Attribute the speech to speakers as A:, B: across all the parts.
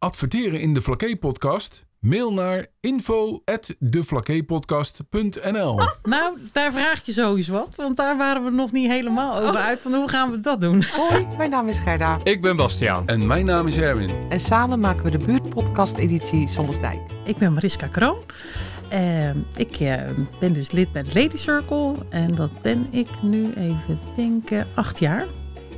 A: Adverteren in de Flakey-podcast? Mail naar info@deflakeypodcast.nl.
B: Nou, daar vraag je sowieso wat, want daar waren we nog niet helemaal over uit. Van hoe gaan we dat doen?
C: Hoi, mijn naam is Gerda
D: Ik ben Bastiaan.
A: En mijn naam is Erwin.
C: en samen maken we de buurtpodcast-editie Sommelsdijk.
B: Ik ben Mariska Kroon. Eh, ik eh, ben dus lid bij de Lady Circle. En dat ben ik nu even denken, acht jaar.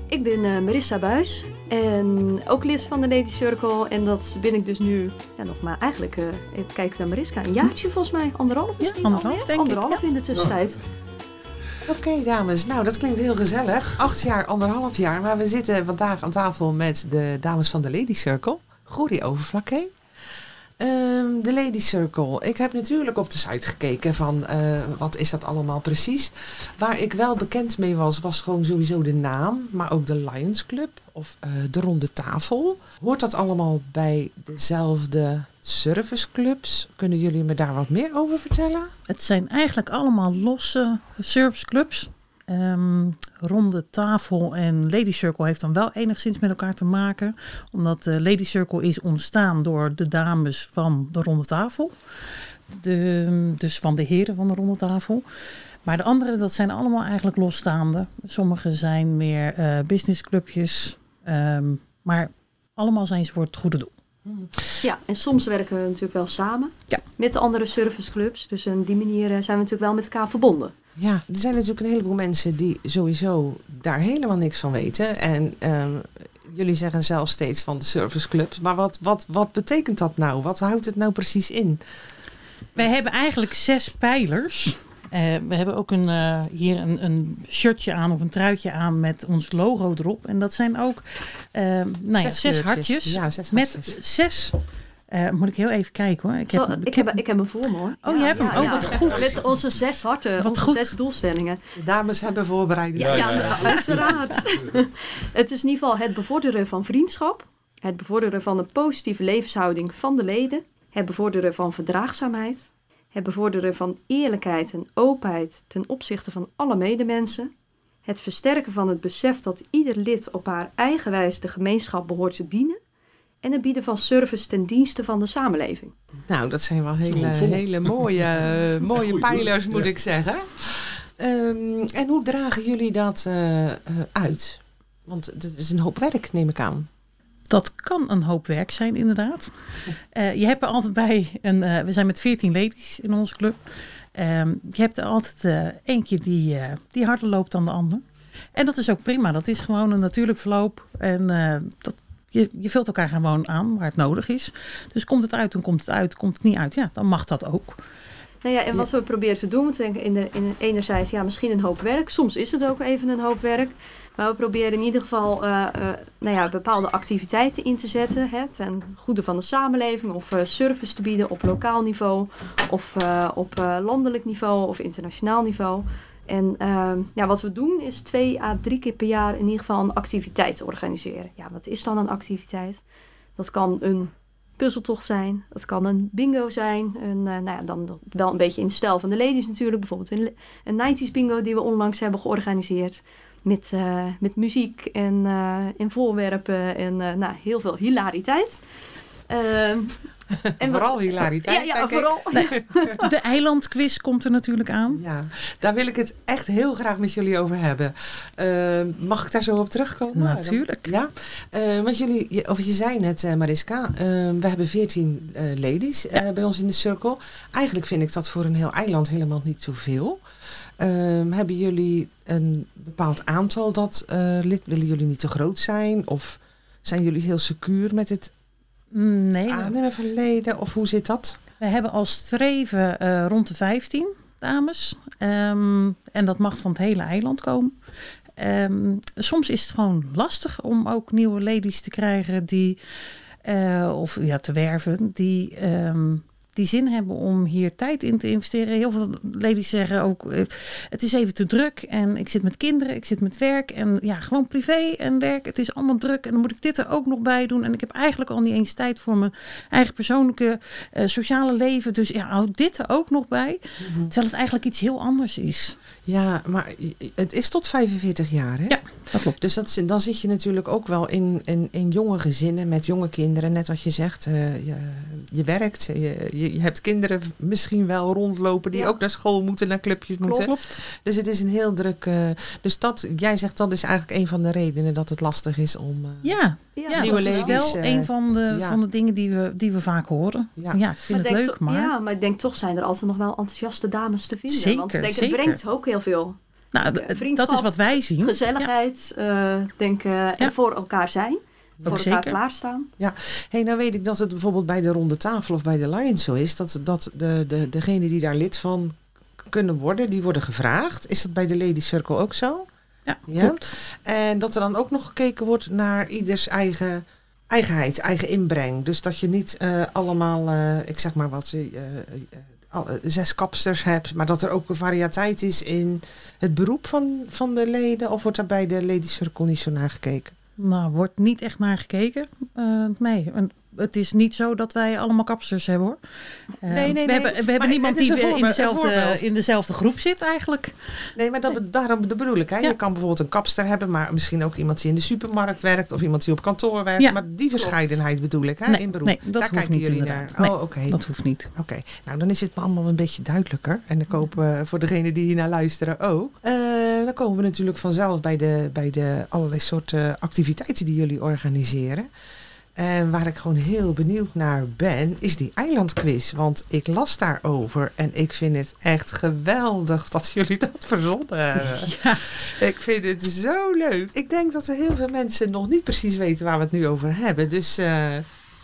E: Ik ben eh, Marissa Buis en ook lid van de Lady Circle. En dat ben ik dus nu, ja, nog maar eigenlijk, eh even kijken naar Mariska, een jaartje volgens mij, anderhalf misschien
B: anderhalf,
E: alweer?
B: denk ik,
E: Anderhalf in de tussentijd.
C: Oké, dames. Nou, dat klinkt heel gezellig. Acht jaar, anderhalf jaar. Maar we zitten vandaag aan tafel met de dames van de Lady Circle. Goerie Overflakke. Ehm, de Lady Circle. Ik heb natuurlijk op de site gekeken van eh, wat is dat allemaal precies. Waar ik wel bekend mee was, was gewoon sowieso de naam. Maar ook de Lions Club of eh, de Ronde Tafel. Hoort dat allemaal bij dezelfde serviceclubs? Kunnen jullie me daar wat meer over vertellen?
B: Het zijn eigenlijk allemaal losse serviceclubs. Ehm ronde tafel en Lady Circle heeft dan wel enigszins met elkaar te maken. Omdat eh, Lady Circle is ontstaan door de dames van de ronde tafel. De, dus van de heren van de ronde tafel. Maar de andere, dat zijn allemaal eigenlijk losstaande. Sommige zijn meer eh, businessclubjes. ehm, maar allemaal zijn ze voor het goede doel.
E: Ja, en soms werken we natuurlijk wel samen
B: Ja.
E: met de andere serviceclubs. Dus op die manier eh, zijn we natuurlijk wel met elkaar verbonden.
C: Ja, er zijn natuurlijk een heleboel mensen die sowieso daar helemaal niks van weten. En ehm, jullie zeggen zelf steeds van de serviceclubs. Maar wat, wat, wat betekent dat nou? Wat houdt het nou precies in?
B: Wij hebben eigenlijk zes pijlers. Eh, we hebben ook een, eh, hier een, een shirtje aan of een truitje aan met ons logo erop. En dat zijn ook eh, nou ja, zes,
C: kleurtjes.
B: hartjes.
C: Ja, zes
B: met
C: hartjes.
B: zes. eh, moet ik heel even kijken hoor. Ik
E: Zo,
B: heb,
E: Ik heb, ik heb, hem voor me hoor.
B: Oh, je hebt hem. Oh, wat goed.
E: Met onze zes harten,
B: Wat
E: onze
B: goed.
E: zes doelstellingen.
C: De dames hebben voorbereiding.
E: Ja, ja, uiteraard. het is in ieder geval het bevorderen van vriendschap, het bevorderen van een positieve levenshouding van de leden, het bevorderen van verdraagzaamheid, het bevorderen van eerlijkheid en openheid ten opzichte van alle medemensen, het versterken van het besef dat ieder lid op haar eigen wijze de gemeenschap behoort te dienen en het bieden van service ten dienste van de samenleving.
C: Nou, dat zijn wel hele,
A: mond vol.
C: hele mooie, eh, mooie
A: Goeie
C: pijlers,
A: doel.
C: moet
A: Ja.
C: ik zeggen. Ehm, en hoe dragen jullie dat eh, eh, uit? Want dat is een hoop werk, neem ik aan.
B: Dat kan een hoop werk zijn, inderdaad. Eh, je hebt er altijd bij een. eh, we zijn met 14 ladies in onze club. Ehm, je hebt er altijd eh, eentje die, eh, die harder loopt dan de ander. En dat is ook prima. Dat is gewoon een natuurlijk verloop. En eh, dat, je, je vult elkaar gewoon aan waar het nodig is. Dus komt het uit, dan komt het uit. Komt het niet uit, ja, dan mag dat ook.
E: Nou ja, en wat we proberen te doen, want ik denk in de, in enerzijds ja, misschien een hoop werk, soms is het ook even een hoop werk. Maar we proberen in ieder geval eh, eh, nou ja, bepaalde activiteiten in te zetten. Hè, ten goede van de samenleving of eh, service te bieden op lokaal niveau of eh, op eh, landelijk niveau of internationaal niveau. En eh, ja, wat we doen is twee à drie keer per jaar in ieder geval een activiteit organiseren. Ja, wat is dan een activiteit? Dat kan een puzzeltocht zijn. Dat kan een bingo zijn. Een, eh, nou ja, dan nog wel een beetje in de stijl van de ladies natuurlijk. Bijvoorbeeld een, een 90s bingo die we onlangs hebben georganiseerd. Met, eh, met muziek en, eh, en voorwerpen en eh, nou, heel veel hilariteit. Ehm, en wat-
C: vooral hilariteit.
E: Ja, ja
C: denk ik.
E: vooral.
B: De eilandquiz komt er natuurlijk aan.
C: Ja, daar wil ik het echt heel graag met jullie over hebben. Eh, mag ik daar zo op terugkomen?
B: Natuurlijk.
C: Ja, Eh, want jullie, je- of je zei net eh, Mariska, eh, we hebben veertien ladies eh, bij ons in de cirkel. Eigenlijk vind ik dat voor een heel eiland helemaal niet zoveel. Eh, hebben jullie een bepaald aantal dat eh, lid, willen jullie niet te groot zijn? Of zijn jullie heel secuur met het
B: Nee, we
C: aannemen van leden? Of hoe zit dat?
B: We hebben als streven eh, rond de 15 dames. Ehm, en dat mag van het hele eiland komen. Ehm, soms is het gewoon lastig om ook nieuwe ladies te krijgen die. eh, of ja, te werven die ehm, die zin hebben om hier tijd in te investeren. Heel veel ladies zeggen ook, eh, het is even te druk en ik zit met kinderen, ik zit met werk en ja, gewoon privé en werk. Het is allemaal druk en dan moet ik dit er ook nog bij doen en ik heb eigenlijk al niet eens tijd voor mijn eigen persoonlijke eh, sociale leven. Dus ja, hou dit er ook nog bij, terwijl het eigenlijk iets heel anders is.
C: Ja, maar het is tot 45 jaar, hè?
B: Ja, dat klopt.
C: Dus dat, dan zit je natuurlijk ook wel in, in, in jonge gezinnen met jonge kinderen. Net wat je zegt, eh, je, je werkt, eh, je, je, je hebt kinderen misschien wel rondlopen die
E: Ja.
C: ook naar school moeten, naar clubjes moeten. Dus het is een heel druk. eh, dus dat, jij zegt dat is eigenlijk een van de redenen dat het lastig is om. eh,
B: Ja, ja,
E: dat
C: nieuwe
B: dat
E: is
B: is
E: wel-
C: ladies,
B: wel
C: eh,
B: een van de,
C: ja.
B: van de dingen die we, die we vaak horen.
C: Ja.
B: Ja, ik vind
E: denk
B: het
E: toch-
B: leuk, maar...
E: Ja, maar ik denk toch zijn er altijd nog wel enthousiaste dames te vinden. Want ik
B: Zeker,
E: denk,
B: zeker.
E: het brengt ook heel veel
B: Nou, d-
E: vriendschap,
B: dat is wat wij zien.
E: gezelligheid. eh, denk, eh, en voor elkaar zijn. Voor elkaar
B: zeker.
E: klaarstaan.
C: hey, nou weet ik dat het bijvoorbeeld bij de ronde tafel of bij de Lions zo is dat, dat de, de, degenen die daar lid van k- kunnen worden, die worden gevraagd. Is dat bij de Lady Circle ook zo?
B: Ja,
C: Ja.
B: klopt.
C: En dat er dan ook nog gekeken wordt naar ieders eigen eigenheid, eigen inbreng. Dus dat je niet eh, allemaal, eh, ik zeg maar wat, eh, eh, alle- zes kapsters hebt, maar dat er ook een variëteit is in het beroep van, van de leden. Of wordt daar bij de Lady Circle niet zo naar gekeken?
B: Nou, wordt niet echt naar gekeken. Eh, nee, en het is niet zo dat wij allemaal kapsters hebben hoor. Eh,
C: Nee, nee,
B: we
C: nee.
B: hebben, we
C: Maar
B: hebben niemand
C: het is
B: die
C: een
B: eh, in
C: voorbeeld, een
B: dezelfde,
C: voorbeeld.
B: in dezelfde groep zit eigenlijk.
C: Nee, maar dat, be- daarom de bedoel ik. Hè?
B: Ja.
C: Je kan bijvoorbeeld een kapster hebben, maar misschien ook iemand die in de supermarkt werkt of iemand die op kantoor werkt.
B: Ja.
C: Maar die verscheidenheid bedoel ik hè,
B: Nee,
C: in beroep.
B: nee, dat
C: daar
B: hoeft
C: kijken
B: niet
C: jullie
B: inderdaad.
C: naar.
B: Nee,
C: oh, oké.
B: Dat hoeft niet.
C: Oké, nou dan is het me allemaal een beetje duidelijker. En ik hoop eh, voor degenen die hiernaar luisteren ook. Eh, dan komen we natuurlijk vanzelf bij de, bij de allerlei soorten activiteiten die jullie organiseren. En waar ik gewoon heel benieuwd naar ben, is die eilandquiz. Want ik las daarover en ik vind het echt geweldig dat jullie dat verzonnen hebben.
B: Ja.
C: Ik vind het zo leuk. Ik denk dat er heel veel mensen nog niet precies weten waar we het nu over hebben. Dus eh,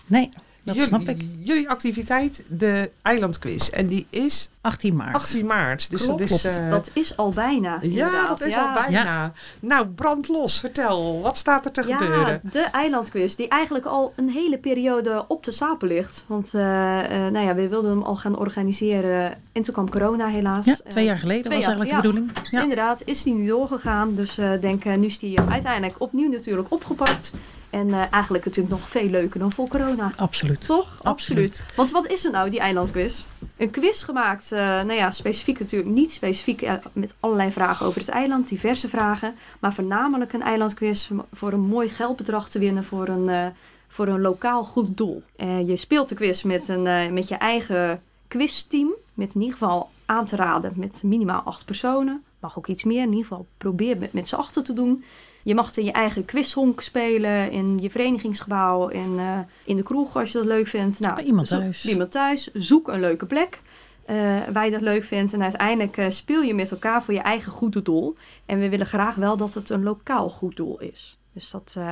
B: Nee, dat
C: jullie,
B: snap ik.
C: Jullie activiteit, de eilandquiz. En die is
B: 18 maart.
C: 18 maart. Dus
E: Klopt.
C: dat is... eh,
E: dat is al bijna.
C: ja,
E: inderdaad.
C: dat is
E: Ja.
C: al bijna. Nou, brand los. Vertel, wat staat er te gebeuren?
E: Ja, de eilandquiz, die eigenlijk al een hele periode op de stapel ligt. Want eh, eh, nou ja, we wilden hem al gaan organiseren en toen kwam corona helaas.
B: Ja,
E: Eh,
B: twee jaar geleden
E: twee
B: was
E: jaar-
B: eigenlijk
E: ja.
B: de bedoeling. Ja.
E: Inderdaad, is die nu doorgegaan. Dus eh denk, eh, nu is die uiteindelijk opnieuw natuurlijk opgepakt. En eh, eigenlijk natuurlijk nog veel leuker dan voor corona.
B: Absoluut.
E: Toch? Absoluut. Want wat is er nou, die eilandquiz? Een quiz gemaakt, eh, nou ja, specifiek natuurlijk niet specifiek eh, met allerlei vragen over het eiland, diverse vragen. Maar voornamelijk een eilandquiz om- voor een mooi geldbedrag te winnen voor een, eh, voor een lokaal goed doel. Eh, je speelt de quiz met, een, eh, met je eigen quizteam. Met in ieder geval aan te raden met minimaal acht personen. Mag ook iets meer. In ieder geval probeer met, met z'n achter te doen. Je mag het in je eigen quizhonk spelen, in je verenigingsgebouw, in, eh, in de kroeg als je dat leuk vindt. Nou,
B: Bij iemand
E: zoek-
B: thuis.
E: bij iemand thuis. Zoek een leuke plek eh, waar je dat leuk vindt. En uiteindelijk eh, speel je met elkaar voor je eigen goede doel. En we willen graag wel dat het een lokaal goed doel is. Dus dat eh,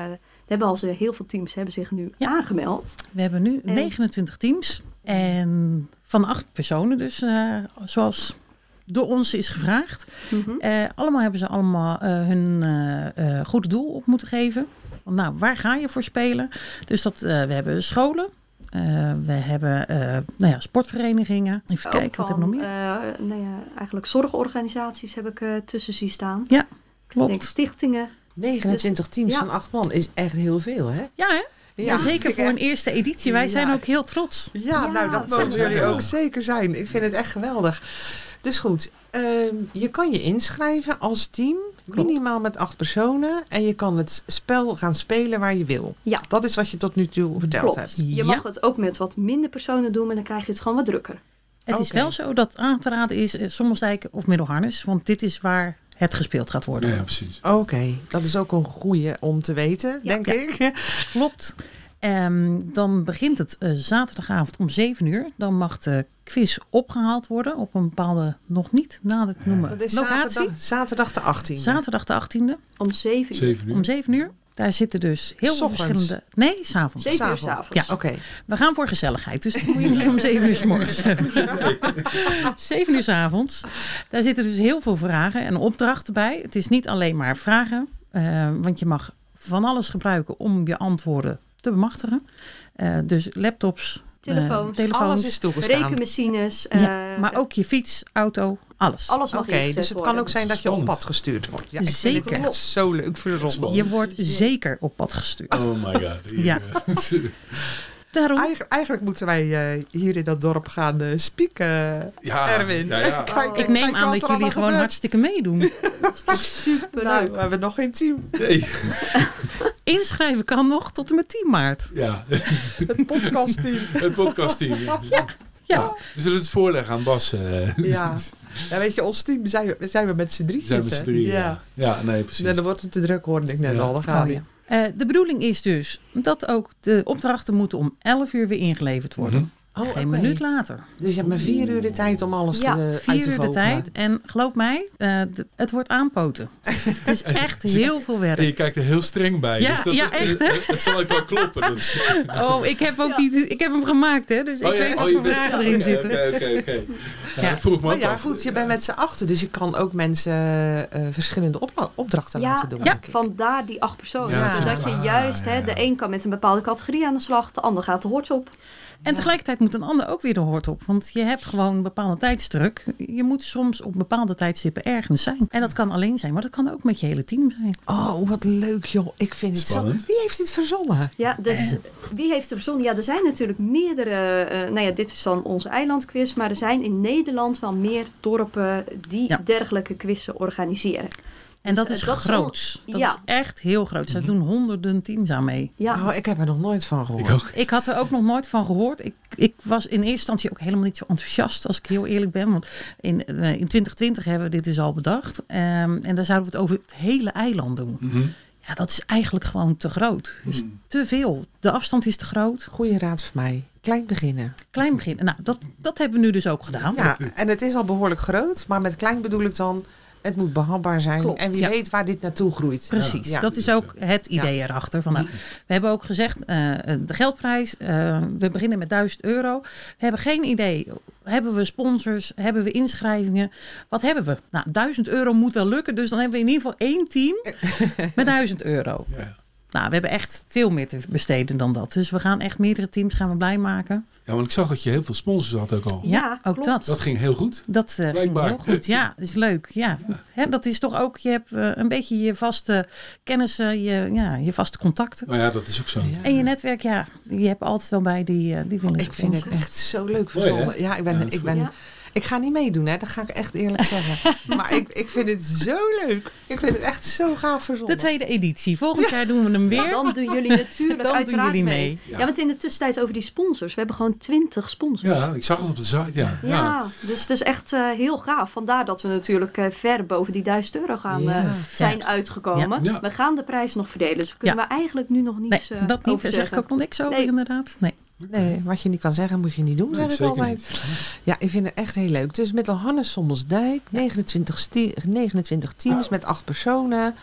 E: hebben al ze- heel veel teams hebben zich nu
B: Ja.
E: aangemeld.
B: We hebben nu
E: En-
B: 29 teams en van acht personen dus, eh, zoals door ons is gevraagd.
E: Mhm.
B: Eh, allemaal hebben ze allemaal eh, hun eh, eh, goed doel op moeten geven. Want nou, waar ga je voor spelen? Dus dat, eh, we hebben scholen, eh, we hebben eh, nou ja, sportverenigingen. Even
E: Ook
B: kijken, wat heb ik nog
E: van,
B: meer?
E: eh, nou ja, eigenlijk zorgorganisaties heb ik eh, tussen zien staan. Ik denk
B: Klopt.
E: stichtingen.
C: 29 teams
E: ja.
C: van 8 man is echt heel veel, hè?
B: Ja, hè? Ja, zeker
C: ik-
B: voor een eerste editie. Wij
C: Ja.
B: zijn ook heel trots.
C: Ja,
E: Ja,
C: nou dat mogen
E: dat zijn we
C: jullie
A: wel.
C: ook zeker zijn. Ik vind het echt geweldig. Dus goed, ehm, je kan je inschrijven als team,
B: Klopt.
C: minimaal met acht personen. En je kan het spel gaan spelen waar je wil.
E: Ja.
C: Dat is wat je tot nu toe verteld
E: Klopt.
C: hebt.
E: Je
B: Ja.
E: mag het ook met wat minder personen doen, maar dan krijg je het gewoon wat drukker.
B: Het is
C: Oké.
B: wel zo dat aan te raden is eh, Sommelsdijk of Middelharnis, want dit is waar het gespeeld gaat worden.
A: Ja, precies.
C: Oké, dat is ook een goede om te weten,
E: Ja.
C: denk
B: Ja.
C: ik.
B: Klopt. Ehm, dan begint het eh, zaterdagavond om 7 uur. Dan mag de quiz opgehaald worden op een bepaalde, nog niet na het noemen,
C: Dat is
B: locatie.
C: zaterdag, zaterdag de 18e.
B: Zaterdag de 18e
E: Om zeven uur.
A: 7 uur.
B: om 7 uur. Daar zitten dus heel veel
C: Ochtends.
B: verschillende... Nee, s'avonds.
E: Zeven uur
C: S'avonds.
E: s'avonds.
B: Ja.
C: Oké,
B: We gaan voor gezelligheid, dus dat moet je niet om 7 uur s morgens hebben. 7 uur s avonds. Daar zitten dus heel veel vragen en opdrachten bij. Het is niet alleen maar vragen, eh, want je mag van alles gebruiken om je antwoorden te bemachtigen. Eh, dus laptops,
E: telefoons,
B: eh, telefoons.
C: Alles is toegestaan.
E: rekenmachines.
B: ja,
E: eh,
B: maar ook je fiets, auto, alles.
E: Alles mag
C: Oké,
E: ingezet
C: dus het kan
E: worden.
C: ook zijn dat je op
A: Spannend.
C: pad gestuurd wordt. Ja, ik vind
B: eh, Zeker.
C: het echt zo leuk voor de rommel.
B: Je wordt zeker op pad gestuurd.
A: Oh my god. Hier,
B: Ja.
A: eh,
B: Daarom,
C: Eigen- eigenlijk moeten wij eh, hier in dat dorp gaan eh spieken,
A: Ah, ja,
C: Erwin.
A: Ja, ja.
C: Kijk,
B: Oh. ik
C: kijk
B: neem
C: wat
B: aan
C: er
B: dat
C: allemaal
B: jullie gewoon
C: gebeurt.
B: hartstikke meedoen.
E: Dat is toch super
C: Nou,
E: leuk.
C: we hebben nog geen team.
A: Nee.
B: Inschrijven kan nog tot en met 10 maart.
A: Ja,
C: Het podcastteam.
A: het podcastteam. Ja.
B: Ja,
A: We zullen het voorleggen aan Bas. eh.
C: Ja. ja, weet je, ons team zijn, zijn we met z'n drieën.
A: Zijn we z'n drieën. Ja. ja, nee, precies.
C: En dan wordt het te druk, hoorde ik net
A: Ja.
C: al. Dan gaan
B: Oh, ja. Eh, de bedoeling is dus dat ook de opdrachten moeten om 11 uur weer ingeleverd worden.
A: Mhm.
C: Oh,
B: Geen
C: oké.
B: minuut later.
C: Dus je hebt maar vier uur de tijd om alles
E: Ja,
C: te, eh, uit te
B: Vier uur de
C: vogelen.
B: tijd. En geloof mij, eh, d- het wordt aanpoten. Het is echt heel veel
A: En je
B: werk.
A: kijkt er heel streng bij.
B: Ja,
A: dus dat,
B: ja, echt, hè?
A: Het, het zal ook wel kloppen. Dus.
B: Oh, ik heb, ook die, ik heb hem gemaakt, hè? Dus ik
A: Oh ja,
B: weet wat
A: je
B: voor
A: bent-
B: vragen erin
A: Oké,
B: zitten.
A: Oké, oké, oké.
B: Ja.
A: Ja, dat vroeg me
C: Maar
A: ook
C: ja,
A: af.
C: goed, je bent met z'n achten, dus je kan ook mensen eh, verschillende opla- opdrachten
E: Ja,
C: laten doen.
B: ja,
C: denk ik.
E: Vandaar die acht personen.
A: Ja.
E: Zodat je
A: Ah,
E: juist,
A: ja,
E: hè,
A: ja.
E: de een kan met een bepaalde categorie aan de slag, de ander gaat de hort op.
B: En tegelijkertijd moet een ander ook weer de hoort op. Want je hebt gewoon een bepaalde tijdsdruk. Je moet soms op bepaalde tijdstippen ergens zijn. En dat kan alleen zijn, maar dat kan ook met je hele team zijn.
C: Oh, wat leuk joh. Ik vind het
A: Spannend.
C: zo. Wie heeft dit verzonnen?
E: Ja, dus wie heeft er verzonnen? Ja, er zijn natuurlijk meerdere. eh, nou ja, dit is dan onze eilandquiz. Maar er zijn in Nederland wel meer dorpen die
B: Ja.
E: dergelijke quizzen organiseren.
B: En dat
E: Dus,
B: is
E: eh, dat zal-
B: groots. Dat
E: ja.
B: is echt heel groot.
A: Mhm.
B: Ze doen honderden teams aan mee.
E: Ja,
C: Oh, ik heb er nog nooit van gehoord.
A: Ik ook.
B: Ik had er ook nog nooit van gehoord. Ik, ik was in eerste instantie ook helemaal niet zo enthousiast, als ik heel eerlijk ben. Want in, eh, in 2020 hebben we dit dus al bedacht. Ehm, en daar zouden we het over het hele eiland doen.
A: Mhm.
B: Ja, dat is eigenlijk gewoon te groot. Dus
A: Mm.
B: te veel. De afstand is te groot.
C: Goeie raad voor mij. Klein beginnen.
B: Klein begin. Nou, dat, dat hebben we nu dus ook
A: Oh,
B: gedaan.
C: Ja, en het is al behoorlijk groot, maar met klein bedoel ik dan, het moet behapbaar zijn.
B: Klopt,
C: en wie
B: ja.
C: weet waar dit naartoe groeit.
B: Precies,
C: Ja.
B: dat is ook het idee erachter. Van, nou, we hebben ook gezegd, eh, de geldprijs, eh, we beginnen met 1000 euro. We hebben geen idee, hebben we sponsors, hebben we inschrijvingen? Wat hebben we? Nou, 1000 euro moet wel lukken, dus dan hebben we in ieder geval één team met 1000 euro.
A: Ja.
B: Nou, we hebben echt veel meer te besteden dan dat. Dus we gaan echt meerdere teams gaan we blij maken.
A: ja, want ik zag dat je heel veel sponsors had ook al.
B: Ja,
E: Ja,
B: ook
E: klopt.
B: dat.
A: Dat ging heel goed.
B: Dat eh, ging
A: Blijkbaar.
B: heel goed. Ja, dat is leuk. Ja. Hè, dat is toch ook, je hebt eh, een beetje je vaste kennissen, je, ja, je vaste contacten.
A: Nou ja, dat is ook zo.
C: Ja.
B: En je netwerk, ja, je hebt altijd wel bij die, eh, die willen
C: Ik vind het
B: sponsoren.
C: echt zo leuk
A: Mooi, hè?
C: verzonnen. Ja, ik ben,
A: Ja, dat is
C: ik ben,
E: Ja.
C: ik ga niet meedoen hè, dat ga ik echt eerlijk zeggen. maar ik, ik vind het zo leuk. Ik vind het echt zo gaaf
B: De
C: verzonnen.
B: tweede editie. Volgend jaar doen we hem weer.
E: dan doen jullie natuurlijk
B: Dan doen
E: uiteraard
B: jullie
E: mee.
B: mee.
E: Ja. want in de tussentijd over die sponsors. We hebben gewoon twintig sponsors.
A: Ja, ik zag het op de site. Ja,
E: Ja, dus het is echt eh, heel gaaf. Vandaar dat we natuurlijk eh, ver boven die 1000 euro gaan, eh,
C: Ja.
E: zijn uitgekomen.
A: Ja. Ja.
E: We gaan de prijs nog verdelen. Dus we kunnen we eigenlijk nu nog
B: Nee,
E: niets eh,
B: dat niet.
E: over
B: Daar zeg ik
E: zeggen.
B: ook nog niks over,
E: Nee.
B: inderdaad. Nee.
C: Nee, wat je niet kan zeggen, moet je niet doen,
A: Nee,
C: zeg ik
A: zeker
C: altijd.
A: niet.
C: Ja, ik vind het echt heel leuk. Dus met Hannes Sommelsdijk, 29, stie- 29 teams met acht personen.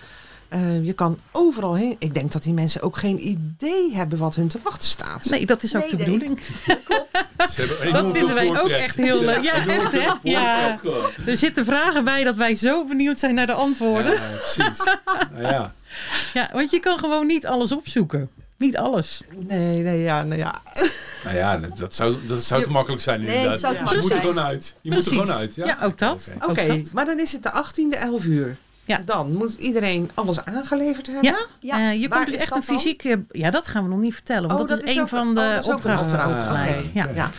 C: Eh, je kan overal heen. Ik denk dat die mensen ook geen idee hebben wat hun te wachten staat.
B: nee, dat is ook
E: Nee,
B: de
E: nee.
B: bedoeling.
A: Ze hebben enorm
B: Dat
A: veel
B: vinden wij ook
A: voorpret.
B: echt heel leuk. Ja,
A: enorm
B: echt
A: veel
B: hè? Ja.
A: voorpret gewoon.
B: Er zitten vragen bij dat wij zo benieuwd zijn naar de antwoorden.
A: Ja, precies. Nou ja.
B: Ja, want je kan gewoon niet alles opzoeken. Niet alles.
C: Nee, nee, ja, nou ja.
A: Nou ja, dat, dat zou, dat zou te
C: Je-
A: makkelijk zijn
E: Nee,
A: inderdaad.
E: het zou te
A: Maar je moet er
E: makkelijk
A: gewoon uit. Je moet er
B: Precies.
A: gewoon uit. Ja,
B: Ja, ook dat.
A: Oké.
C: Oké,
B: Ook dat.
C: maar dan is het de 18e, 11 uur.
B: Ja.
C: Dan moet iedereen alles aangeleverd hebben.
B: Ja,
E: Ja.
B: eh, je
C: Waar
B: komt dus
C: is
B: echt
C: dat
B: een
C: dan?
B: fysiek... eh, Ja, dat gaan we nog niet vertellen. Want
C: Oh,
B: dat, is een
C: ook-
B: van de
C: oh, dat is ook een
B: opdrachten
C: opdracht.
B: gelijk.
C: Oké.
B: Ja.
C: Ja.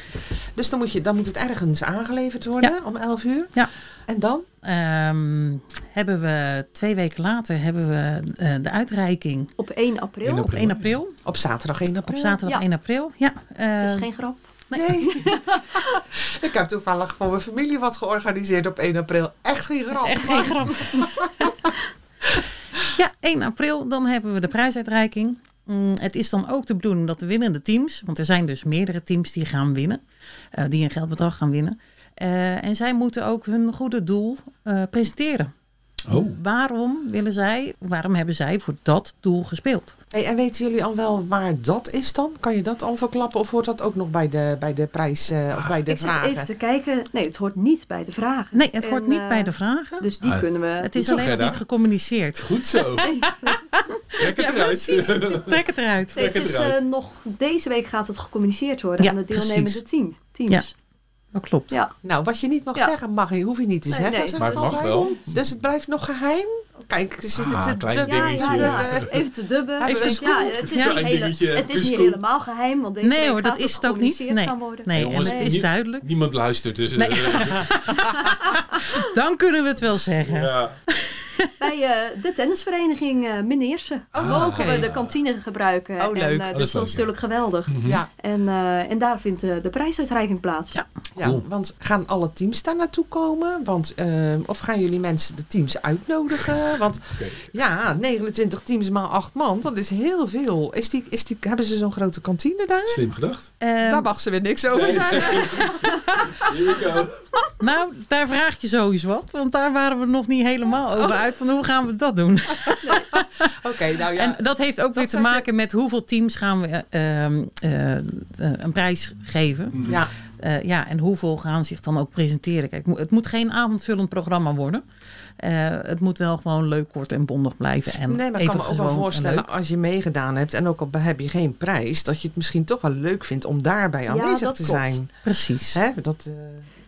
C: Dus dan, moet je, dan moet het ergens aangeleverd worden om 11 uur.
B: Ja.
C: En dan?
B: Ehm, hebben we twee weken later hebben we eh, de uitreiking
E: Op 1 april.
B: op
A: In april.
B: 1 april.
C: Op zaterdag 1
B: Op
C: april.
B: zaterdag
E: Ja.
B: 1 april. Ja,
E: Het
B: eh,
E: is geen grap.
C: Nee. ik heb toevallig voor mijn familie wat georganiseerd op 1 april. Echt geen grap.
B: echt geen grap. ja, 1 april dan hebben we de prijsuitreiking. Mm, het is dan ook de bedoeling dat de winnende teams, want er zijn dus meerdere teams die gaan winnen, eh, die een geldbedrag gaan winnen. Eh, en zij moeten ook hun goede doel eh, presenteren.
A: Oh,
B: Waarom willen zij, waarom hebben zij voor dat doel gespeeld?
C: Hey, en weten jullie al wel waar dat is dan? Kan je dat al verklappen of hoort dat ook nog bij de, bij de prijs eh, of bij de
E: ik zit
C: vragen?
E: even te kijken. Nee, het hoort niet bij de vragen.
B: Nee, het
E: En,
B: hoort niet
E: eh,
B: bij de vragen.
E: Dus die
A: Ah,
E: kunnen we...
B: Het is
A: Zo,
B: alleen nog
A: Gerda.
B: niet gecommuniceerd.
A: goed zo. Trek het
B: Ja,
A: eruit.
B: precies. Trek het eruit.
E: Nee, het
A: Trek het
E: is
A: eruit.
E: eh, nog deze week gaat het gecommuniceerd worden
B: Ja,
E: aan de
B: precies.
E: deelnemende team, teams.
B: Dat klopt.
E: Ja.
C: Nou, wat je niet mag
E: Ja.
C: zeggen, mag je, hoef je niet te
E: Nee,
C: zeggen.
E: nee.
C: zeg
A: Maar
C: ik
A: het mag
C: altijd.
A: wel.
C: Dus het blijft nog geheim. Kijk, er zit
A: Ah,
C: het
A: klein
E: Ja.
A: Een
E: Ja,
A: dingetje.
E: ja, Even te dubben.
C: Even
E: Ik denk, ja,
C: scoop.
E: het is,
B: Ja.
E: niet,
A: Een
E: hele-
A: dingetje,
E: het is niet
A: scoop.
E: helemaal geheim, want deze
B: Nee
E: week
B: hoor,
E: gaat
B: dat is het ook niet.
E: gecommuniceerd gaan worden.
B: Nee,
A: Jongens,
B: en het is
A: nu-
B: duidelijk.
A: Niemand luistert dus. eh,
B: Nee. Dan kunnen we het wel zeggen.
A: ja.
E: Bij eh, de tennisvereniging eh Meneersen
C: Ah,
E: mogen
C: oké.
E: we de kantine gebruiken.
C: Oh, leuk.
E: En, eh,
A: Oh, dat
E: dus
A: is leuk, Hm.
E: dat is
A: ja.
E: natuurlijk geweldig.
C: Ja,
E: En, eh, en daar vindt eh, de prijsuitreiking plaats.
B: Ja.
C: ja,
A: Cool.
C: want gaan alle teams daar naartoe komen? Want, eh, of gaan jullie mensen de teams uitnodigen? Want
A: Oké.
C: ja, 29 teams maal 8 man, dat is heel veel. Is die, is die, hebben ze zo'n grote kantine daar?
A: Slim gedacht.
B: Ehm,
C: daar mag ze weer niks over
A: Nee.
C: zeggen.
A: Here we go.
B: nou, daar vraag je sowieso wat. Want daar waren we nog niet helemaal over uit. Van hoe gaan we dat doen?
C: Oké, nou ja.
B: En dat heeft ook weer te
C: zijn de-
B: maken met hoeveel teams gaan we eh, ehm, eh, eh, een prijs geven.
C: ja.
B: Eh, ja, en hoeveel gaan zich dan ook presenteren? Kijk, het moet geen avondvullend programma worden. Eh, het moet wel gewoon leuk, kort en bondig blijven. En
C: nee, maar ik
B: even
C: kan me ook
B: gewoon
C: wel
B: en
C: voorstellen,
B: leuk.
C: als je meegedaan hebt en ook al heb je geen prijs, dat je het misschien toch wel leuk vindt om daarbij aanwezig
E: dat
C: te
E: klopt.
C: zijn.
B: Precies.
C: Hè? Dat,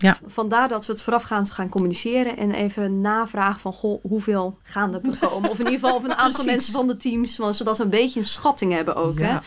C: eh,
E: Vandaar dat we het voorafgaand gaan communiceren en even navragen van goh, hoeveel gaan er komen? Of in ieder geval van een aantal
B: Precies.
E: mensen van de teams, want- zodat we een beetje een schatting hebben ook.
C: ja.
E: Hè?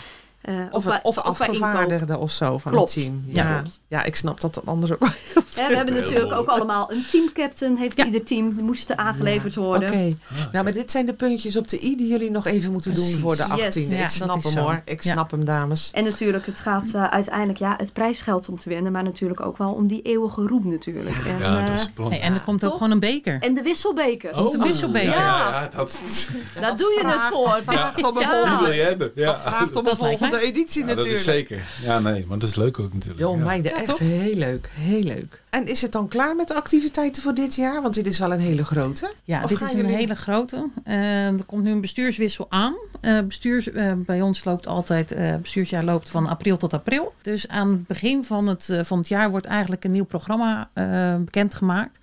E: Eh,
C: Of,
E: qua-
C: een, of
E: ook qua inkoop.
C: afgevaardigde of zo van
E: Klopt.
C: het team.
B: Ja,
C: Ja, ja.
B: klopt.
C: ik snap dat dat andere.
E: Hè, we hebben
A: Heel
E: natuurlijk
A: goed.
E: ook allemaal een teamcaptain, heeft
B: Ja.
E: ieder team, die moesten aangeleverd
C: Oké.
E: worden.
C: Nou, maar dit zijn de puntjes op de i die jullie nog even moeten
B: Precies.
C: doen voor de
E: Yes.
C: 18.
B: Ja,
C: ik
B: dat
C: snap
B: is
C: hem
B: zo.
C: hoor. Ik
B: Ja.
C: snap hem, dames.
E: En natuurlijk, het gaat eh, uiteindelijk ja, het prijsgeld om te winnen, maar natuurlijk ook wel om die eeuwige roep natuurlijk. En,
A: Ja, dat
E: eh,
A: is het plan.
B: Nee, en er komt ook
E: Toch?
B: gewoon een beker.
E: en de wisselbeker.
A: Oh,
B: de wisselbeker.
A: Ja, ja, ja, dat,
E: Daar doe je het
C: vraagt-
E: voor.
C: dat vraagt om een
E: Ja.
A: dat wil
C: volgende,
A: je hebben. Ja.
C: dat vraagt om een
B: Dat lijkt
C: volgende editie
A: Ja, dat
C: natuurlijk.
A: is zeker. Ja, nee, want dat is leuk ook natuurlijk.
C: Joh,
A: ja.
C: meiden, echt
B: toch?
C: heel leuk. Heel leuk. En is het dan klaar met de activiteiten voor dit jaar? Want dit is wel een hele grote.
B: Ja,
C: Of
B: dit
C: gaan
B: is een
C: jullie-
B: hele grote. Eh, er komt nu een bestuurswissel aan. Eh, bestuurs, eh, bij ons loopt altijd, eh, bestuursjaar loopt van april tot april. Dus aan het begin van het, eh, van het jaar wordt eigenlijk een nieuw programma eh, bekendgemaakt.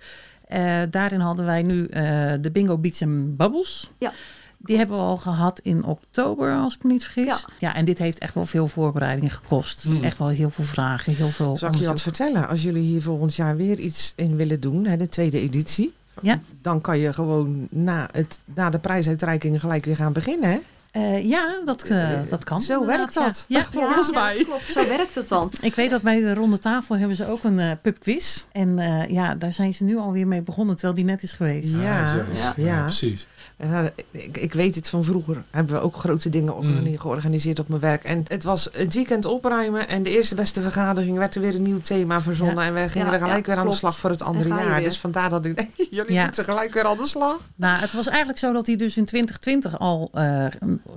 B: Eh, daarin hadden wij nu eh, de Bingo Beats en Bubbles.
E: Ja.
B: Die hebben we al gehad in oktober, als ik me niet vergis. Ja, en dit heeft echt wel veel voorbereiding gekost.
A: Mm.
B: Echt wel heel veel vragen, heel veel
C: Zal ik je wat
B: onderzoek.
C: vertellen? Als jullie hier volgend jaar weer iets in willen doen, hè, de tweede editie.
B: Ja.
C: Dan kan je gewoon na, het, na de prijsuitreiking gelijk weer gaan beginnen. Hè?
B: Eh, ja, dat, eh, dat kan.
C: Zo
B: inderdaad,
C: werkt dat.
B: Ja. Ja.
C: Volgens
E: ja,
C: mij.
E: dat klopt, zo werkt het dan.
B: Ik weet dat bij de ronde tafel hebben ze ook een eh, pubquiz. En eh, ja, daar zijn ze nu alweer mee begonnen, terwijl die net is geweest.
A: Ah,
C: Ja,
A: zo.
C: ja.
A: precies.
C: Ja, Eh, ik, ik weet het van vroeger. Hebben we ook grote dingen
E: Mm.
C: organi- georganiseerd op mijn werk. En het was het weekend opruimen. En de eerste beste vergadering werd er weer een nieuw thema verzonnen. En we gingen
E: Ja,
C: er gelijk
E: ja,
C: weer aan de
E: klopt.
C: slag voor het andere
E: En ga je
C: jaar.
E: weer.
C: Dus vandaar dat ik denk, jullie
B: Ja.
C: moeten gelijk weer aan de slag.
B: Nou, het was eigenlijk zo dat die dus in 2020 al eh,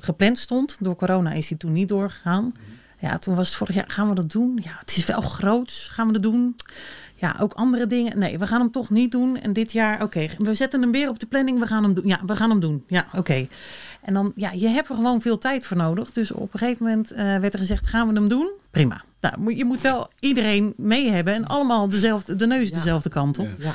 B: gepland stond. Door corona is die toen niet doorgegaan. Ja, toen was het vorig jaar, gaan we dat doen? Ja, het is wel groots, gaan we dat doen? Ja, ook andere dingen. Nee, we gaan hem toch niet doen. En dit jaar, oké, we zetten hem weer op de planning. We gaan hem doen. Ja, we gaan hem doen. Ja, oké. En dan, ja, je hebt er gewoon veel tijd voor nodig. Dus op een gegeven moment eh, werd er gezegd, gaan we hem doen? Prima. Nou, moet- je moet wel iedereen mee hebben en allemaal dezelfde, de neus
C: Ja.
B: dezelfde kant op.
A: Ja.
C: Ja,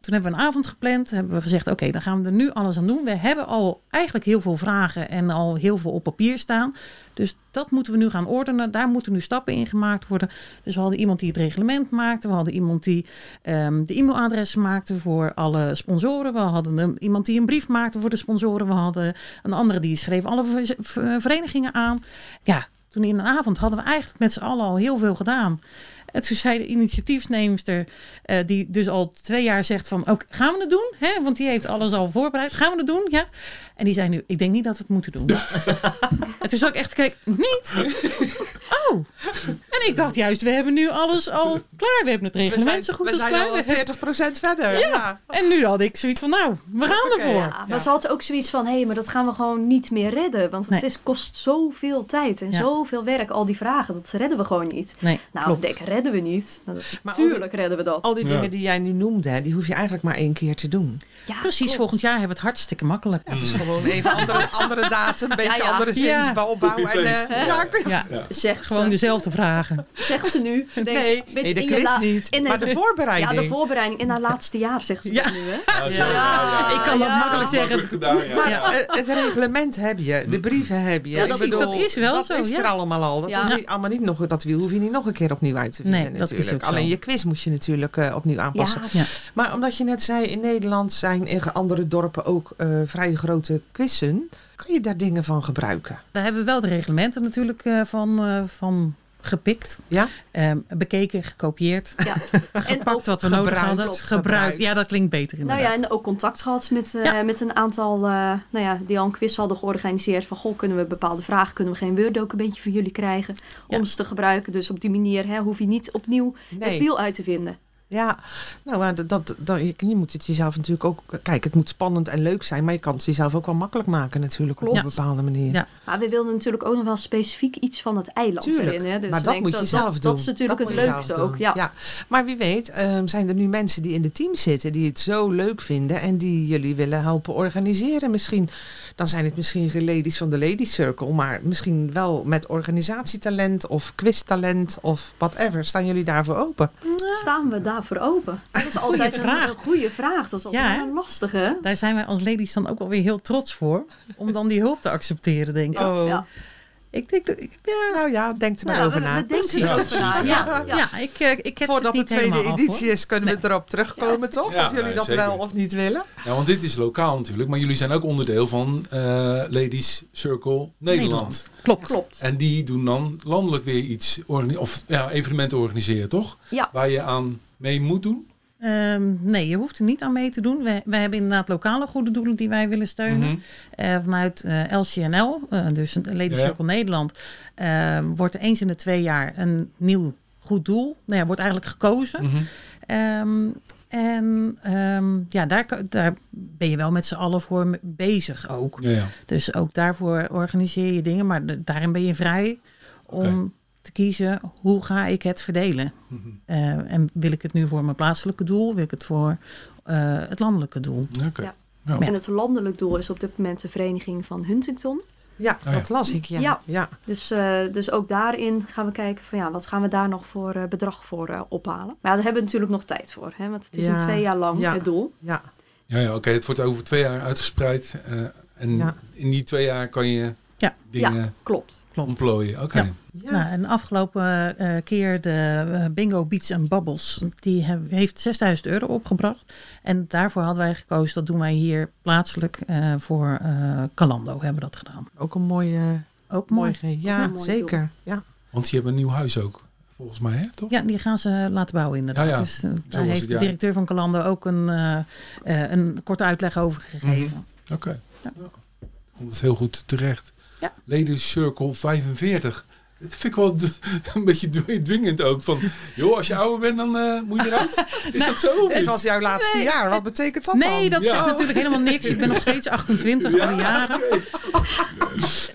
B: Toen hebben we een avond gepland. Hebben we gezegd, oké, dan gaan we er nu alles aan doen. We hebben al eigenlijk heel veel vragen en al heel veel op papier staan. Dus dat moeten we nu gaan ordenen. Daar moeten nu stappen in gemaakt worden. Dus we hadden iemand die het reglement maakte. We hadden iemand die ehm, de e-mailadressen maakte voor alle sponsoren. We hadden een- iemand die een brief maakte voor de sponsoren. We hadden een andere die schreef alle ver- ver- verenigingen aan. Ja, toen in de avond hadden we eigenlijk met z'n allen al heel veel gedaan. En toen zei de initiatiefneemster, eh, die dus al twee jaar zegt van... ook gaan we het doen? Hè? Want die heeft alles al voorbereid. Gaan we het doen? Ja. En die zei nu, ik denk niet dat we het moeten doen. en toen zag ik echt kijken, niet? Oh. En ik dacht juist, we hebben nu alles al klaar. We hebben het
C: we
B: reglement
C: zijn,
B: zo goed
C: we
B: als
C: zijn
B: klaar.
C: al
B: We
C: 40%
B: hebben-
C: verder. Ja.
B: En nu had ik zoiets van, nou, we gaan
C: Hoppakee,
B: ervoor.
E: Ja, maar
C: Ja.
E: ze had ook zoiets van, hé, maar dat gaan we gewoon niet meer redden. Want het
B: Nee.
E: is, kost zoveel tijd en
B: Ja.
E: zoveel werk, al die vragen. Dat redden we gewoon niet.
B: Nee,
E: Nou,
B: klopt.
E: ik denk, redden we niet. Nou, dat-
C: Maar al die-
E: tuurlijk redden we dat.
C: Al die
A: Ja.
C: dingen die jij nu noemde, hè, die hoef je eigenlijk maar één keer te doen.
E: Ja,
B: Precies,
E: klopt.
B: volgend jaar hebben we het hartstikke makkelijk.
C: Het is gewoon gewoon even andere, andere datum, een beetje
E: ja.
C: andere
B: Ja.
C: zinsbouwbouw. En, eh,
A: Copy-paste.
C: ja, ik ben-
B: Ja,
E: Zegt
B: gewoon dus-
E: ze.
B: dezelfde vragen.
E: Zegt ze nu. Denk,
C: nee,
E: weet
C: nee,
E: je,
C: de
E: in je
C: quiz
E: la-
C: niet,
E: in
C: maar de voorbereiding.
E: Ja, de voorbereiding. In haar laatste jaar zegt ze
B: Ja.
E: dat nu, hè?
A: Ah, zo,
C: Ja.
B: Ik kan dat makkelijk
A: is
B: zeggen.
A: Ah, makkelijk gedaan, ja.
C: Maar
B: Ja.
C: eh, het reglement heb je, de brieven heb je.
E: Ja, dat
C: Ik
E: is-
B: dat is wel
C: dat
B: zo,
C: is
B: ja.
C: er allemaal al. Dat,
E: Ja.
C: hoef je allemaal niet nog, dat wiel hoef je niet nog een keer opnieuw uit te vinden
B: Nee, dat is
C: natuurlijk.
B: ook zo.
C: Alleen je quiz moet je natuurlijk eh, opnieuw aanpassen.
E: Ja.
B: Ja.
C: Maar omdat je net zei, in Nederland zijn in andere dorpen ook eh, vrij grote quizzen. Kan je daar dingen van gebruiken?
B: Daar hebben we wel de reglementen natuurlijk eh, van, eh, van gepikt.
C: Ja?
B: Ehm, bekeken, gekopieerd,
E: Ja. En ook,
B: gepakt wat we nodig
C: gebruikt,
B: hadden.
C: gebruikt.
B: Ja, dat klinkt beter
E: nou
B: inderdaad.
E: ja, en ook contact gehad met, eh,
B: Ja.
E: met een aantal eh, nou ja, die al een quiz hadden georganiseerd. Van, goh, kunnen we bepaalde vragen, kunnen we geen Word-documentje voor jullie krijgen?
B: Ja.
E: Om ze te gebruiken. Dus op die manier hè, hoef je niet opnieuw het wiel uit te vinden.
C: Ja, nou, maar dat, dat, dat- je, je moet het jezelf natuurlijk ook... Kijk, het moet spannend en leuk zijn, maar je kan het jezelf ook wel makkelijk maken natuurlijk op
E: Klopt.
C: een bepaalde manier.
B: Ja.
E: Maar we wilden natuurlijk ook nog wel specifiek iets van het eiland
C: Tuurlijk,
E: erin. Hè? Dus
C: maar
E: ik
C: dat
E: denk
C: moet je zelf
E: dat,
C: doen.
E: Dat is natuurlijk
C: Dat
E: het
C: moet je zelf
E: leukste
C: doen.
E: ook. Ja.
C: Maar wie weet ehm, zijn er nu mensen die in de team zitten die het zo leuk vinden en die jullie willen helpen organiseren. Misschien, dan zijn het misschien geen ladies van de Lady Circle, maar misschien wel met organisatietalent of quiztalent of whatever. Staan jullie daarvoor open?
E: Staan we daarvoor open? Dat is altijd een,
B: vraag.
E: een goede vraag. Dat is altijd
B: Ja, hè?
E: een lastige.
B: Daar zijn wij als ladies dan ook wel weer heel trots voor. Om dan die hulp te accepteren, denk ik.
C: Oh.
E: Ja.
B: Ik denk dat... ik- ja,
C: Nou ja, denk er maar
E: Ja, we,
C: over na.
E: we denken
B: Precies.
E: erover na.
A: Ja,
E: Ja.
B: ja, ik, eh, ik heb
C: Voordat de
B: het niet
C: tweede
B: helemaal af,
C: editie
B: hoor.
C: is, kunnen we erop terugkomen, toch?
A: Ja,
C: of jullie
A: nee,
C: dat
A: zeker.
C: wel of niet willen.
A: Ja, want dit is lokaal natuurlijk, maar jullie zijn ook onderdeel van eh, Ladies Circle Nederland.
B: Klopt.
E: Klopt.
A: En die doen dan landelijk weer iets, organi- of ja, evenementen organiseren, toch?
E: Ja.
A: Waar je aan mee moet doen.
B: Ehm, nee, je hoeft er niet aan mee te doen. Wij, wij hebben inderdaad lokale goede doelen die wij willen steunen.
A: Mhm.
B: Eh, vanuit eh, LCNL, eh, dus Lady
A: Ja.
B: Circle Nederland, eh, wordt er eens in de twee jaar een nieuw goed doel. Nou ja, wordt eigenlijk gekozen.
A: Mhm.
B: Ehm, en ehm, ja, daar, kan- daar ben je wel met z'n allen voor me- bezig ook.
A: Ja, ja.
B: Dus ook daarvoor organiseer je dingen, maar de- daarin ben je vrij om
A: Oké.
B: te kiezen hoe ga ik het verdelen.
A: Mhm.
B: Eh, en wil ik het nu voor mijn plaatselijke doel, wil ik het voor eh, het landelijke doel.
A: Oké.
E: Ja.
A: Ja.
E: En het landelijk doel is op dit moment de vereniging van Huntington.
C: Ja,
A: Oh ja.
C: dat las ik, ja.
E: Ja.
C: ja.
E: Dus, eh, dus ook daarin gaan we kijken van ja, wat gaan we daar nog voor eh, bedrag voor eh, ophalen. Maar ja, daar hebben we natuurlijk nog tijd voor. Hè, want het is
C: Ja.
E: een twee jaar lang
C: Ja.
E: het doel.
C: ja.
A: Ja, ja oké. Het wordt over twee jaar uitgespreid. eh, en
C: Ja.
A: in die twee jaar kan je
B: Ja.
A: dingen
E: Klopt.
A: ontplooien. Oké.
B: Ja.
C: Ja.
B: Nou, en de afgelopen eh, keer de eh, Bingo Beats and Bubbles, die heb- heeft 6000 euro opgebracht. En daarvoor hadden wij gekozen, dat doen wij hier plaatselijk eh, voor eh Calando hebben we dat gedaan.
C: Ook een mooie,
B: Ook mooi.
C: mooi. ge- Ja,
E: mooi
C: zeker. Ja.
A: Want die hebben een nieuw huis ook, volgens mij, hè? toch?
B: Ja, die gaan ze laten bouwen inderdaad.
A: Ja, ja.
B: Dus eh, daar
A: was
B: heeft
A: het,
B: de
A: ja.
B: directeur van Calando ook een, eh, eh, een korte uitleg over gegeven.
A: Oké.
B: Ja.
A: Ja. Komt het heel goed terecht.
B: Ja.
A: Ladies Circle 45. Dat vind ik wel d- een beetje dw- dwingend ook. Van, joh, als je ouder bent, dan eh, moet je eruit. Is dat zo? of
C: Dit
A: niet?
C: was jouw laatste jaar. Wat betekent dat dan?
B: Nee, dat
A: Ja.
B: zegt natuurlijk helemaal niks. Ik ben nog steeds 28 al die jaren.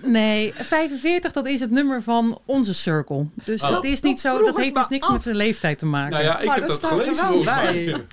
B: Nee, 45 dat is het nummer van onze circle. Dus
A: Oh.
B: dat is niet
C: Dat
B: zo.
C: vroeg
B: Dat
C: ik
B: heeft
C: me
B: dus niks
C: af.
B: met de leeftijd te maken.
A: Nou ja, ik
C: Maar
A: heb
C: dat
A: dat,
C: staat er
A: gelezen
C: wel
A: volgens
C: bij.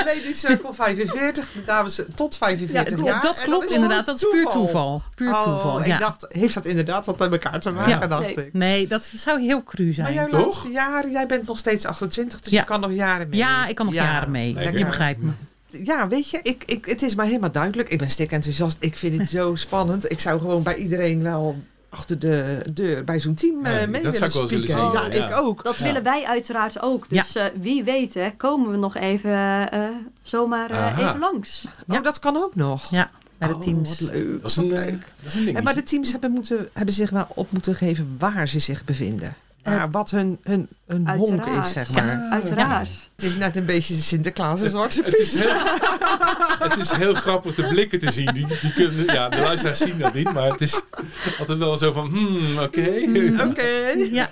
A: mij.
C: Lady Circle 45, de dames eh, tot
B: Ja,
C: 45
B: klopt,
C: jaar.
B: dat
C: En
B: klopt
C: is
B: inderdaad.
C: ons
B: Dat is puur toeval. Puur
C: Oh,
B: toeval. Ja.
C: ik dacht, heeft dat inderdaad wat met elkaar te maken,
B: Ja.
C: dacht
E: Nee.
C: ik.
B: Nee, dat zou heel cru
C: Maar
B: zijn.
C: jouw
A: Toch?
C: laatste jaren, jij bent nog steeds 28, dus
B: Ja.
C: je kan nog jaren mee.
B: Ja, ik kan nog
C: Ja,
B: jaren mee.
A: lekker.
B: Je begrijpt me.
C: Ja, weet je, ik, ik, het is mij helemaal duidelijk. Ik ben stik enthousiast. Ik vind het zo spannend. Ik zou gewoon bij iedereen wel achter de deur bij zo'n team eh,
A: Ja,
C: mee
A: dat
C: willen
A: zou ik wel eens willen
C: spieken.
E: zien,
C: ja,
A: ja.
C: ik ook.
E: Dat
A: Ja.
E: willen wij uiteraard ook. Dus eh, wie weet hè, komen we nog even eh, eh, zomaar eh,
A: Aha.
E: even langs.
B: Ja.
C: Oh, dat kan ook nog.
B: Ja, bij de
C: Oh,
B: teams.
C: wat leuk.
A: Dat is een,
C: wat
A: eh,
C: leuk.
A: dat is een ding.
C: En maar de teams hebben, moeten, hebben zich wel op moeten geven waar ze zich bevinden.
B: Eh,
C: Waar, wat hun, hun, hun honk
E: Uiteraard.
C: is, zeg maar.
E: Uiteraard.
C: Het is net een beetje de Sinterklaas en Zwarte
A: Het
C: Piet.
A: is, heel, het is heel grappig de blikken te zien. Die, die kunnen, ja, de luisteraars zien dat niet, maar het is altijd wel zo van, hmm, oké,
B: Mhm.
C: Oké.
B: Ja,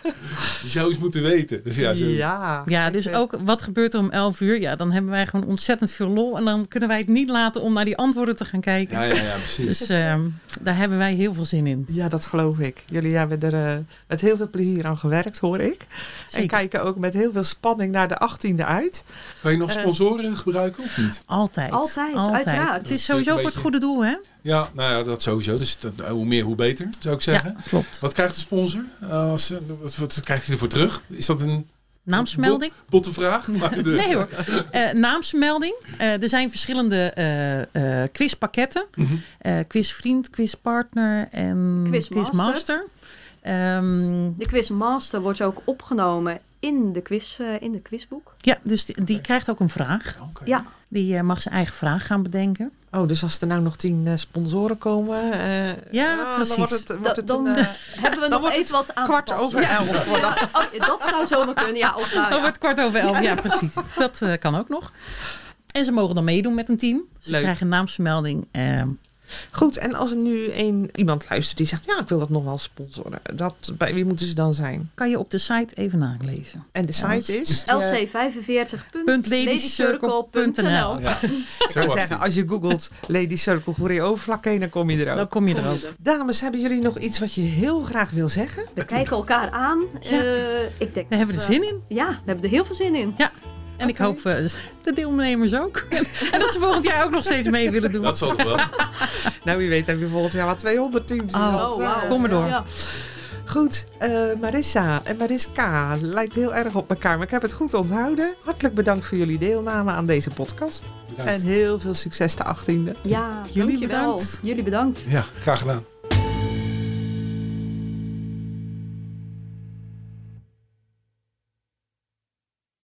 A: je zou eens moeten weten. Dus ja, zo,
C: Ja.
B: ja, dus
C: Ik, eh,
B: ook wat gebeurt er om 11 uur? Ja, dan hebben wij gewoon ontzettend veel lol. En dan kunnen wij het niet laten om naar die antwoorden te gaan kijken.
A: ja, ja, ja, precies.
B: Dus ehm, daar hebben wij heel veel zin in.
C: Ja, dat geloof ik. Jullie hebben er eh, met heel veel plezier aan gewerkt. werkt, hoor ik. En
B: Zeker.
C: kijken ook met heel veel spanning naar de 18e uit.
A: Kan je nog
C: Eh.
A: sponsoren gebruiken of niet?
B: Altijd.
E: Altijd, uiteraard.
B: Het is sowieso voor het goede doel, hè?
A: Ja, nou ja, dat sowieso. Dus dat, hoe meer, hoe beter, zou ik zeggen.
B: Ja, klopt.
A: Wat krijgt de sponsor? Eh, als, eh, wat, wat krijgt hij ervoor terug? Is dat een
B: Naamsmelding?
A: botte vraag? Maar de-
B: Nee hoor. Eh, naamsmelding. Eh, er zijn verschillende eh, eh, quizpakketten.
A: Mhm.
B: Eh, quizvriend, quizpartner en
E: Quizmaster.
B: Ehm,
E: De quizmaster wordt ook opgenomen in de, quiz, eh, in de quizboek.
B: ja, dus die, die krijgt ook een vraag.
A: Oké.
E: Ja.
B: Die eh, mag zijn eigen vraag gaan bedenken.
C: Oh, dus als er nou nog tien eh, sponsoren komen. eh,
B: Ja,
C: ah,
B: precies. eh,
C: Dan wordt het, wordt het
E: dan
C: een, eh,
E: Hebben we
C: Dan
E: nog
C: wordt
E: even wat aan
C: kwart over elf. voor dat-
E: Oh, dat zou zomaar kunnen, ja. Of nou,
B: Oh,
E: ja.
B: wordt kwart over elf. Ja, precies. Dat eh, kan ook nog. En ze mogen dan meedoen met een team. Ze
C: Leuk.
B: krijgen een naamsmelding. ehm,
C: Goed, en als er nu een, iemand luistert die zegt, ja, ik wil dat nog wel sponsoren. Dat, bij wie moeten ze dan zijn?
B: kan je op de site even nalezen.
C: En de site is?
B: eh,
E: lc45.ladycircle.nl
B: lc45.ladycircle.nl.
A: Ja. Zo
C: Ik
A: was
C: zou
A: het.
C: zeggen, als je googelt Lady Circle Goeree Overvlakke heen, dan kom je er
B: Dan
C: ook.
B: kom je er ook.
C: Dames, hebben jullie nog iets wat je heel graag wil zeggen?
E: We kijken elkaar aan. Eh, ik denk
B: We hebben er
E: dat
B: zin in.
E: Ja, we hebben er heel veel zin in.
B: En ik hoop eh, de deelnemers ook. en dat ze volgend jaar ook nog steeds mee willen doen.
A: Dat zal toch wel.
C: Nou, wie weet heb je volgend jaar wel 200 teams.
B: Oh,
C: Dus dat, eh,
B: kom maar door.
E: Ja.
C: Goed, eh, Marissa en Mariska lijkt heel erg op elkaar, maar ik heb het goed onthouden. Hartelijk bedankt voor jullie deelname aan deze podcast.
A: Bedankt.
C: En heel veel succes de 18e.
E: Ja,
B: Jullie
E: dankjewel.
B: bedankt.
E: Jullie bedankt.
A: Ja, graag gedaan.